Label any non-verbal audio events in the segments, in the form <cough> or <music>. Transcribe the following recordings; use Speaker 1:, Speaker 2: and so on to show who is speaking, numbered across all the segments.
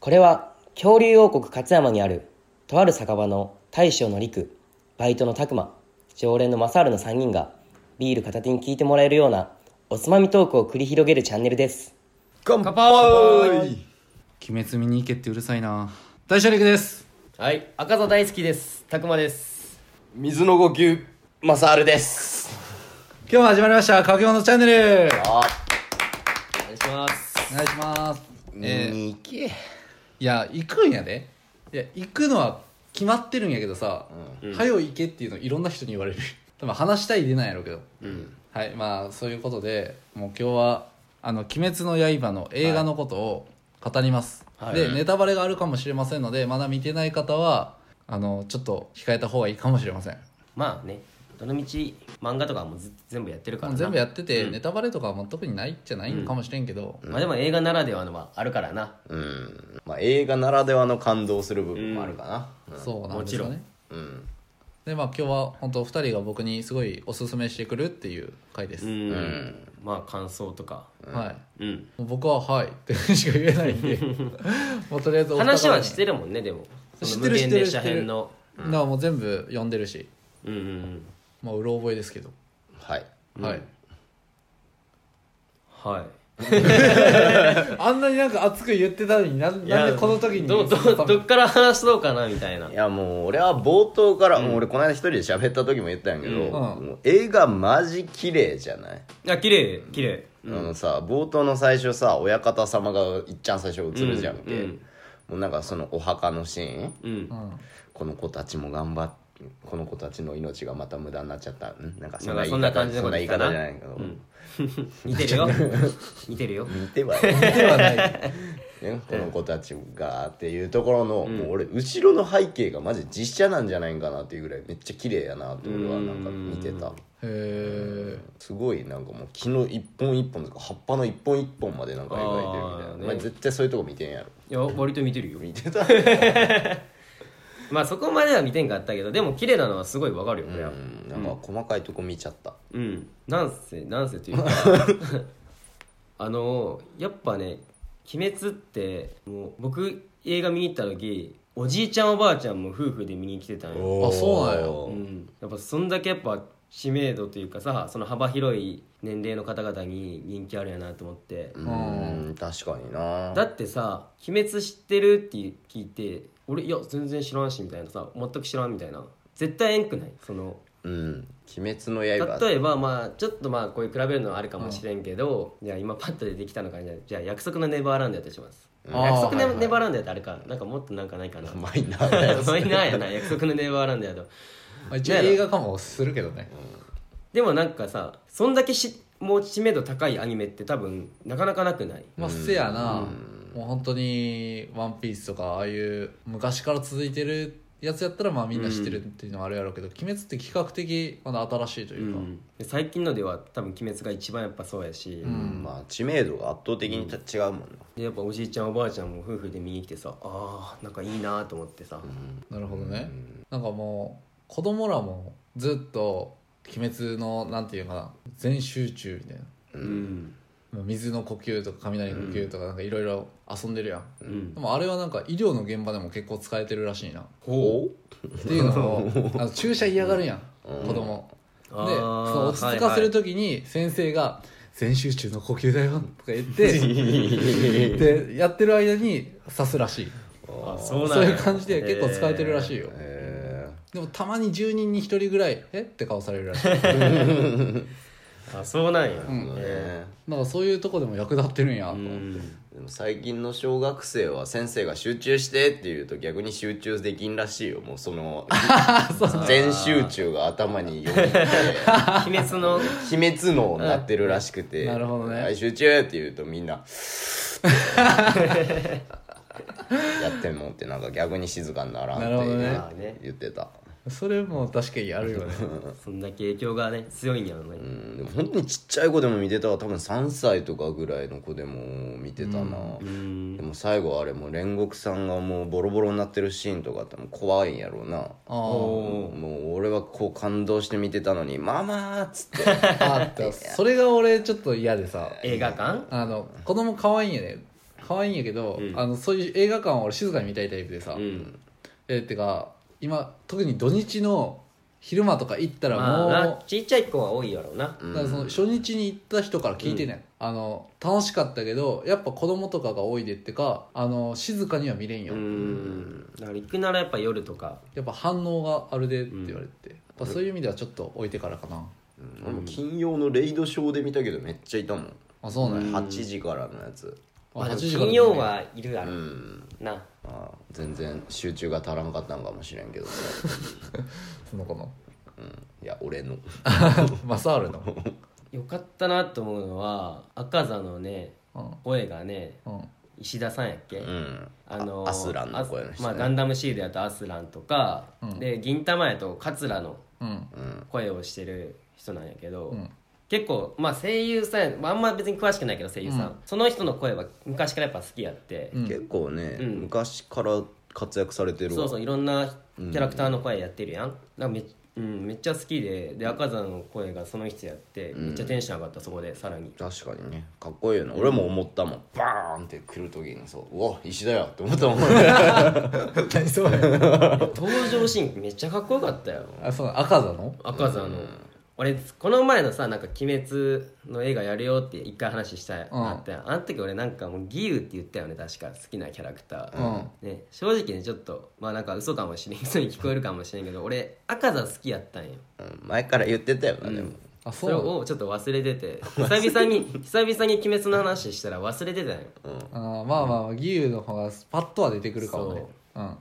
Speaker 1: これは恐竜王国勝山にあるとある酒場の大将の陸バイトの拓磨常連の正治の3人がビール片手に聞いてもらえるようなおつまみトークを繰り広げるチャンネルです
Speaker 2: 乾
Speaker 3: 乾
Speaker 2: 杯
Speaker 3: 鬼滅見に行けってうるさいな大社陸です
Speaker 4: はい、赤座大好きです。たくまです。
Speaker 2: 水の呼吸マサールです
Speaker 3: 今日も始まりました「かけものチャンネル」
Speaker 4: お願いします。
Speaker 3: お願いしますえー、
Speaker 2: にけ
Speaker 3: いや行くんやでいや行くのは決まってるんやけどさ「はよ行け」っていうのいろんな人に言われる <laughs> 多分話したいでなんやろうけどはいまあそういうことでもう今日は「あの鬼滅の刃」の映画のことを語ります、
Speaker 2: はい
Speaker 3: でネタバレがあるかもしれませんのでまだ見てない方はあのちょっと控えた方がいいかもしれません
Speaker 4: まあね、どの道漫画とかはもうず全部やってるから
Speaker 3: も
Speaker 4: な。
Speaker 3: う全部やってて、ネタバレとかはもう特にないじゃないんかもしれんけど、
Speaker 4: まあでも映画ならではのはあるからな。
Speaker 2: うんまあ映画ならではの感動する部分もあるかな
Speaker 3: そうなんですよ
Speaker 4: も
Speaker 3: ね
Speaker 2: うん
Speaker 3: でまあ今日は本当二2人が僕にすごいおすすめしてくるっていう回です、
Speaker 2: うん、
Speaker 4: まあ感想とか。
Speaker 3: はい
Speaker 4: うん。
Speaker 3: もう僕は「はい」ってしか言えない
Speaker 4: <laughs>
Speaker 3: んでもうとりあえずお二方に
Speaker 4: 話はしてるもんね、でも。
Speaker 3: 知ってる
Speaker 4: その無限列車編の。
Speaker 3: だからもう全部読んでるし
Speaker 4: うんうんうん。
Speaker 3: まあうろ覚えですけど、
Speaker 2: はい。
Speaker 3: はい
Speaker 4: はい。
Speaker 3: あんなになんか熱く言ってたのになん
Speaker 4: い
Speaker 3: な
Speaker 4: や
Speaker 3: んでこの時に
Speaker 4: どどどっから話そうかなみたいない
Speaker 2: やもう俺は冒頭から、もう俺この間一人で喋った時も言ったんやけど、
Speaker 3: うん
Speaker 2: もう映画マジ綺麗じゃない、
Speaker 4: あ、綺麗綺麗。
Speaker 2: あのさ冒頭の最初さ親方様がいっちゃん最初映るじゃんけ、
Speaker 4: うんうん
Speaker 2: もうなんかそのお墓のシーン
Speaker 4: うん
Speaker 3: う。ん
Speaker 2: この子たちも頑張っこの子たちの命がまた無駄になっちゃったんなんかそん
Speaker 4: な
Speaker 2: な
Speaker 4: か
Speaker 2: ん言
Speaker 4: そ
Speaker 2: い
Speaker 4: んな感
Speaker 2: 方
Speaker 4: じのこ
Speaker 2: そん
Speaker 4: と
Speaker 2: な言
Speaker 4: 言
Speaker 2: い
Speaker 4: ってたな
Speaker 2: 方じゃないけど、
Speaker 4: 似てる
Speaker 3: <laughs>
Speaker 4: よ。似てるよ。
Speaker 2: 似てはいる
Speaker 3: ではない
Speaker 2: ね、この子たちがっていうところの、もう俺後ろの背景がマジ実写なんじゃないんかなっていうぐらいめっちゃ綺麗やなって俺はなんか見てた
Speaker 3: へー
Speaker 2: すごいなんかもう木の一本一本とか葉っぱの一本一本までなんか描いてるみたいな
Speaker 4: あ、ーね
Speaker 2: お前絶対そういうとこ見てんやろ
Speaker 4: いや、割と見てるよ。
Speaker 2: 見てた
Speaker 4: <laughs> まあそこまでは見てんかったけど、でも綺麗なのはすごいわかるよ、こ
Speaker 2: い
Speaker 4: れ
Speaker 2: や
Speaker 4: は。
Speaker 2: うんなんか細かいとこ見ちゃった
Speaker 4: うん、なんせなんせと
Speaker 3: <laughs>
Speaker 4: いうかあのやっぱね「鬼滅」ってもう僕映画見に行った時おじいちゃんおばあちゃんも夫婦で見に来てたんよ、
Speaker 3: あそうなんや
Speaker 4: うん、やっぱそんだけやっぱ知名度というかさその幅広い年齢の方々に人気あるんやなと思って、
Speaker 2: うんうん確かにな
Speaker 4: だってさ「鬼滅知ってる?」って聞いて「俺いや全然知らんし」みたいなさ全く知らんみたいな絶対えんくないその
Speaker 2: うん「鬼滅の刃」
Speaker 4: 例えばまあちょっとまあこういう比べるのはあるかもしれんけど、じゃあ今パッと出てきたのかじゃあじゃあ約束のネバーランドやったりします
Speaker 3: あー
Speaker 4: 約束の
Speaker 3: はいはい
Speaker 4: ネバーランドやったらあれかなんかもっとなんかないか
Speaker 3: <laughs>
Speaker 4: な
Speaker 2: うまいなう
Speaker 4: マイナーや <laughs> な約束のネバーランドやと
Speaker 3: まあ一応映画化もするけどね
Speaker 4: でもなんかさそんだけしもう知名度高いアニメって多分なかなかなくない
Speaker 3: まあ、せやな、もう本当に「ワンピースとかああいう昔から続いてるやつやったらまあみんな知ってるっていうのはあるやろうけど「鬼滅」って比較的まだ新しいというか、
Speaker 4: で最近のでは多分「鬼滅」が一番やっぱそうやし、
Speaker 2: んまあ知名度が圧倒的にた違うもんな
Speaker 4: でやっぱおじいちゃんおばあちゃんも夫婦で見に来てさあーなんかいいなと思ってさ、
Speaker 3: なるほどね、なんかもう子供らもずっと「鬼滅」のなんていうかな全集中みたいな
Speaker 4: うん
Speaker 3: 水の呼吸とか雷の呼吸とかなんかいろいろ遊んでるやん、
Speaker 4: うん
Speaker 3: でもあれはなんか医療の現場でも結構使えてるらしいな
Speaker 4: ほ
Speaker 3: っていうの <laughs> をあの注射嫌がるやん、子供でそ
Speaker 4: あー
Speaker 3: の落ち着かせる時に先生が「全集中の呼吸だよ」とか
Speaker 4: <laughs>
Speaker 3: 言ってでやってる間に刺すらしい
Speaker 4: あそうな
Speaker 3: そ
Speaker 4: ん
Speaker 3: う
Speaker 4: や
Speaker 3: いう感じで結構使えてるらしいよ、
Speaker 2: え
Speaker 3: でもたまに10人に1人ぐらい「えっ?」て顔されるら
Speaker 4: <laughs>
Speaker 3: しい
Speaker 4: あそうなんや、
Speaker 2: ー
Speaker 4: えー
Speaker 2: ね
Speaker 3: なんかそういうとこでも役立ってるんやと思って
Speaker 2: でも最近の小学生は先生が集中してって言うと逆に集中できんらしいよもうその全集中が頭によぎって
Speaker 4: 鬼滅
Speaker 3: <laughs>
Speaker 4: の
Speaker 2: 秘密脳になってるらしくて
Speaker 3: なるほどね
Speaker 2: はい集中って言うとみんな <laughs> やってんもんってなんか逆に静かにならん
Speaker 3: なるほどね
Speaker 2: って言う言ってた、
Speaker 3: それも確かにあ
Speaker 4: <laughs>
Speaker 3: るよね
Speaker 4: そんだけ影響がね強いんやろね、
Speaker 2: うん、でも本当にちっちゃい子でも見てたわ多分3歳とかぐらいの子でも見てたな、でも最後あれもう煉獄さんがもうボロボロになってるシーンとかってもう怖いんやろうな
Speaker 3: あー
Speaker 2: もう俺はこう感動して見てたのに「ママ!」っつって
Speaker 4: <laughs>
Speaker 3: あったそれが俺ちょっと嫌でさ
Speaker 4: 映画館
Speaker 3: あの子供可愛いんやね可愛いんやけど、
Speaker 2: うん
Speaker 3: あのそういう映画館は俺静かに見たいタイプでさ、
Speaker 2: うん
Speaker 3: えってか今特に土日の昼間とか行ったら
Speaker 4: ま
Speaker 3: も
Speaker 4: あ
Speaker 3: う、
Speaker 4: なちっちゃい子は多いやろうな
Speaker 2: うん
Speaker 3: だからその初日に行った人から聞いてね、あの楽しかったけどやっぱ子供とかが多いでってかあの静かには見れんよ、
Speaker 4: うんだから行くならやっぱ夜とか
Speaker 3: やっぱ反応があるでって言われて、やっぱそういう意味ではちょっと置いてからかな、
Speaker 2: 俺も金曜のレイドショーで見たけどめっちゃいたもん
Speaker 3: あそうなんや、
Speaker 2: 8時からのやつ
Speaker 4: まあでも
Speaker 3: 8時から
Speaker 4: 金
Speaker 3: ね
Speaker 4: 曜はいるや
Speaker 2: う
Speaker 4: ろ
Speaker 2: ん
Speaker 4: な
Speaker 2: まあ全然集中が足らんかったんかもしれんけどさ
Speaker 3: その子 <laughs> の
Speaker 2: いや俺の
Speaker 3: マサールの
Speaker 4: <laughs> よかったなと思うのは赤座のね
Speaker 3: うん
Speaker 4: 声がね
Speaker 3: うん
Speaker 4: 石田さんやっけ、
Speaker 2: うん
Speaker 4: あのー
Speaker 2: アスランの声の人ね
Speaker 4: まあ、ガンダムシールやとアスランとか、
Speaker 3: うん
Speaker 4: で銀玉やと桂の
Speaker 3: うん
Speaker 2: うん
Speaker 4: 声をしてる人なんやけど、
Speaker 3: うん
Speaker 4: 結構、まあ、声優さんや、まあ、あんま別に詳しくないけど声優さん、
Speaker 3: うん
Speaker 4: その人の声は昔からやっぱ好きやって、
Speaker 3: うん
Speaker 2: 結構ね
Speaker 4: うん
Speaker 2: 昔から活躍されてる
Speaker 4: そう
Speaker 2: わ
Speaker 4: そういろんなキャラクターの声やってるやん,、なんかめうん、めっちゃ好きでで赤座の声がその人やって、めっちゃテンション上がったそこでさらに
Speaker 2: 確かにねかっこいいよね俺も思ったもんバーンって来る時にそううわ石だよって思ったもん
Speaker 4: <laughs>
Speaker 3: 何そうや
Speaker 4: 登場シーンめっちゃかっこよかったよ
Speaker 3: あそうなん赤座の
Speaker 4: 赤座の、俺この前のさなんか「鬼滅」の映画やるよって一回話したやん
Speaker 3: うん
Speaker 4: あったやんあの時俺なんかもう義勇って言ったよね確か好きなキャラクタ
Speaker 3: う
Speaker 4: ー、
Speaker 3: ん
Speaker 4: ね、正直ねちょっとまあなんか嘘かもしれん嘘に聞こえるかもしれんけど俺赤座好きやったんよ
Speaker 2: うん前から言ってたよなでも
Speaker 3: あ
Speaker 4: そ
Speaker 3: そう
Speaker 4: れ
Speaker 3: なの
Speaker 4: をちょっと忘れて <laughs> て久々に久々に「鬼滅」の話したら忘れてたんよ
Speaker 3: あーまあまあまあ義勇の方がパッとは出てくるかもねうん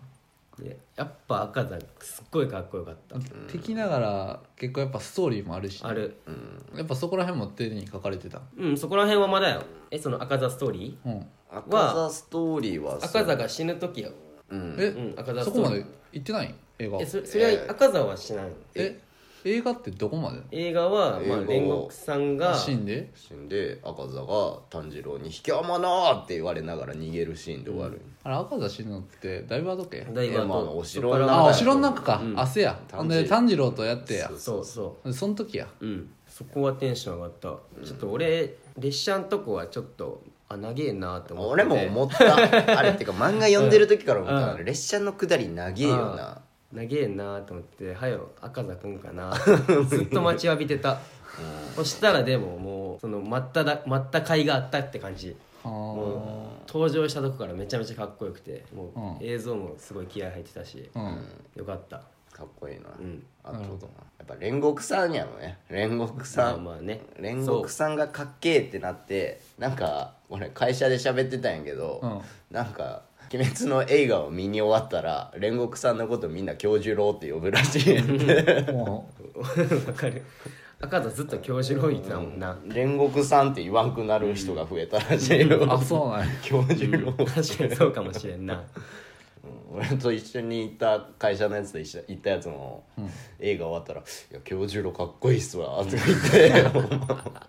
Speaker 4: でやっぱ赤座すっごいかっこよかった
Speaker 3: 敵ながら結構やっぱストーリーもあるし
Speaker 4: ある
Speaker 3: やっぱそこら辺も丁寧に書かれてた
Speaker 4: うんそこら辺はまだよえその赤座ストーリ
Speaker 3: うん
Speaker 2: 赤座ストーリーは
Speaker 4: ー赤座が死ぬ時や
Speaker 2: うん
Speaker 3: え、
Speaker 4: うん赤座ス
Speaker 3: そ
Speaker 4: トーリー
Speaker 3: こまで行ってない映画
Speaker 4: えそそれは赤座はしないの
Speaker 3: え映画ってどこまで
Speaker 4: 映画は、まあ、
Speaker 2: 映画は
Speaker 4: 煉獄さんが
Speaker 3: シーンで
Speaker 2: 死んで赤座が炭治郎に「引きあまな!」って言われながら逃げるシーンで終わる、
Speaker 3: あれ赤座死ぬのってだいぶ後け
Speaker 4: だいぶ
Speaker 2: えまあ
Speaker 4: 後
Speaker 2: お城の
Speaker 4: そっから
Speaker 3: あ
Speaker 2: 中
Speaker 3: お城の中か、あせや
Speaker 2: 炭治
Speaker 3: ほんで炭治郎とやってや
Speaker 4: そうそ
Speaker 3: その時や
Speaker 4: ううんそこはテンション上がった、ちょっと俺列車のとこはちょっとあ長えなって思って
Speaker 2: 俺も思
Speaker 4: <laughs>
Speaker 2: ったあれってか漫画読んでる時から思った、列車の下り長えよな、
Speaker 4: 長えなと思って「はよ赤座くんかな」
Speaker 3: <laughs>
Speaker 4: ずっと待ちわびてたそしたらでももうその待っただ待った甲斐があったって感じ
Speaker 3: あー
Speaker 4: 登場したとこからめちゃめちゃかっこよくてもう
Speaker 3: うん
Speaker 4: 映像もすごい気合入ってたし、
Speaker 3: うん、
Speaker 4: よかった
Speaker 2: かっこいいな、
Speaker 4: ん
Speaker 2: あとやっぱ煉獄さんやろね煉獄さ
Speaker 4: まあ
Speaker 2: ん、
Speaker 4: まあね <laughs>
Speaker 2: 煉獄さんがかっけえってなってなんか俺会社で喋ってたんやけど、なんか「鬼滅の映画を見に終わったら煉獄さんのことみんな教授郎って呼ぶらし <laughs> い
Speaker 3: も
Speaker 4: <laughs> わかる赤座ずっと教授ロイってたもんな、
Speaker 2: 煉獄さんって言わんくなる人が増えたらしいう
Speaker 3: あ
Speaker 2: よ
Speaker 3: そうなんや
Speaker 2: 教授郎
Speaker 4: 確かにそうかもしれんな
Speaker 2: 俺と一緒に行った会社のやつと一緒行ったやつも、映画終わったら「いや教授郎かっこいいっす <laughs> わ」とか言ってほんま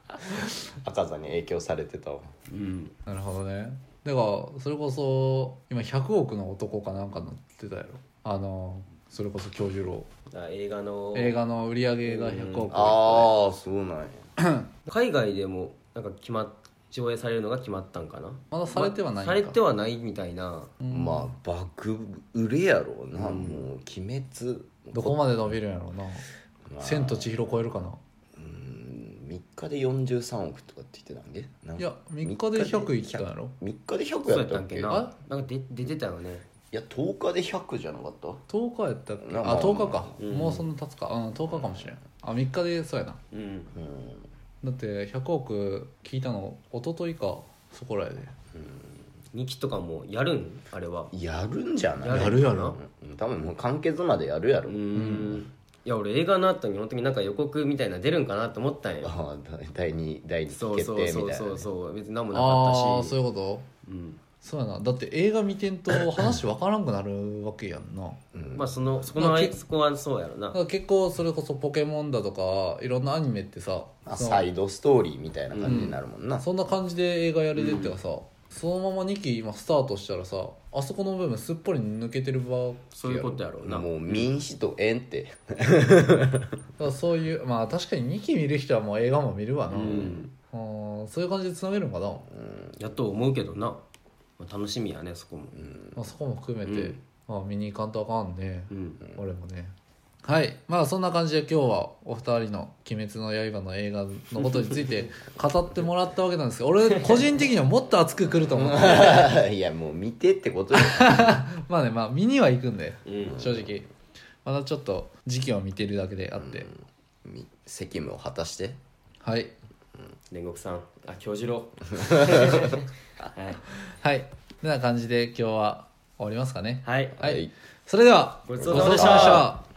Speaker 2: 赤座に影響されてた <laughs> わ
Speaker 4: うん
Speaker 3: なるほどねだからそれこそ今100億の男かなんか乗ってたやろあのそれこそ京次郎
Speaker 4: だから映画の
Speaker 3: 映画の売り上げが100億
Speaker 2: ああそうなんや
Speaker 4: 海外でもなんか決まっ上映されるのが決まったんかな
Speaker 3: まだされてはないん
Speaker 4: さ
Speaker 3: か
Speaker 4: れてはないみたいな
Speaker 2: まあ爆売れやろうな、もう「鬼滅
Speaker 3: どこまで伸びるんやろうな「千と千尋」超えるかな」
Speaker 2: うん3日で43億とかって言ってたんけなん
Speaker 3: い
Speaker 2: か
Speaker 3: や3日で100いったんやろ
Speaker 2: 3日で100
Speaker 4: そう
Speaker 2: や
Speaker 4: や
Speaker 2: っ
Speaker 4: った
Speaker 2: た
Speaker 4: っ
Speaker 2: っ
Speaker 4: け
Speaker 2: け
Speaker 4: な
Speaker 2: な
Speaker 4: なんか出出てたよね
Speaker 2: いや10日で100じゃなかった
Speaker 3: 10日やったっけ
Speaker 2: まあまあ
Speaker 3: あ10日か、もうそんな経つかうん10日かもしれんあ3日でそうやな
Speaker 4: うん
Speaker 2: うん
Speaker 3: だって100億聞いたの一昨日かそこらやで
Speaker 4: 2期とかもやるんあれは
Speaker 2: やるんじゃない
Speaker 4: や
Speaker 3: るやろ
Speaker 2: うん多分もう完結までやるやろ、
Speaker 4: うーんいや俺映画の後に本当になんか予告みたいなの出るんかなと思ったんよ
Speaker 2: ああ第2第
Speaker 4: そ
Speaker 2: 2
Speaker 4: う
Speaker 2: 決
Speaker 4: そう
Speaker 2: 定
Speaker 4: そ
Speaker 2: み
Speaker 4: う
Speaker 2: たいな
Speaker 4: そ
Speaker 2: ね
Speaker 4: うそう別に何もなかったし
Speaker 3: ああーそういうこと
Speaker 4: うん
Speaker 3: そうやなだって映画見てんと話分からんくなるわけやんな
Speaker 2: うん
Speaker 4: まあそのそこのあいそこはそうやろ
Speaker 3: だ
Speaker 4: な
Speaker 3: から結構それこそ「ポケモン」だとかいろんなアニメってさ
Speaker 2: あ
Speaker 3: その
Speaker 2: サイドストーリーみたいな感じになるもんな、
Speaker 3: そんな感じで映画やれてってかさ、そのまま2期今スタートしたらさあそこの部分すっぽり抜けてるわけやろ
Speaker 4: そういうことやろうな
Speaker 2: もう民主と縁って
Speaker 3: <laughs> だからそういうまあ確かに2期見る人はもう映画も見るわな、
Speaker 4: うん
Speaker 3: うんそういう感じでつなげるんかな
Speaker 4: やと思うけどなまあ、楽しみやねそこも
Speaker 3: まあ、そこも含めて、
Speaker 4: うん
Speaker 3: まあ、見に行かんとあかんね、
Speaker 4: うん
Speaker 3: 俺もねはいまあそんな感じで今日はお二人の「鬼滅の刃」の映画のことにつ
Speaker 4: <laughs>
Speaker 3: いて語ってもらったわけなんですけど俺個人的にはもっと熱くくると思う
Speaker 4: <laughs>
Speaker 2: いやもう見てってことよ
Speaker 3: まあねまあ見には行くんで
Speaker 4: うん
Speaker 3: 正直まだちょっと時期を見てるだけであって、
Speaker 2: み <laughs> 責務を果たして
Speaker 3: はい
Speaker 4: 煉獄さんあ京次郎はい、
Speaker 3: はいてな感じで今日は終わりますかね
Speaker 4: はい
Speaker 3: はい、
Speaker 2: はい
Speaker 3: それでは
Speaker 4: ごちそうさまでした
Speaker 3: ごちそうさま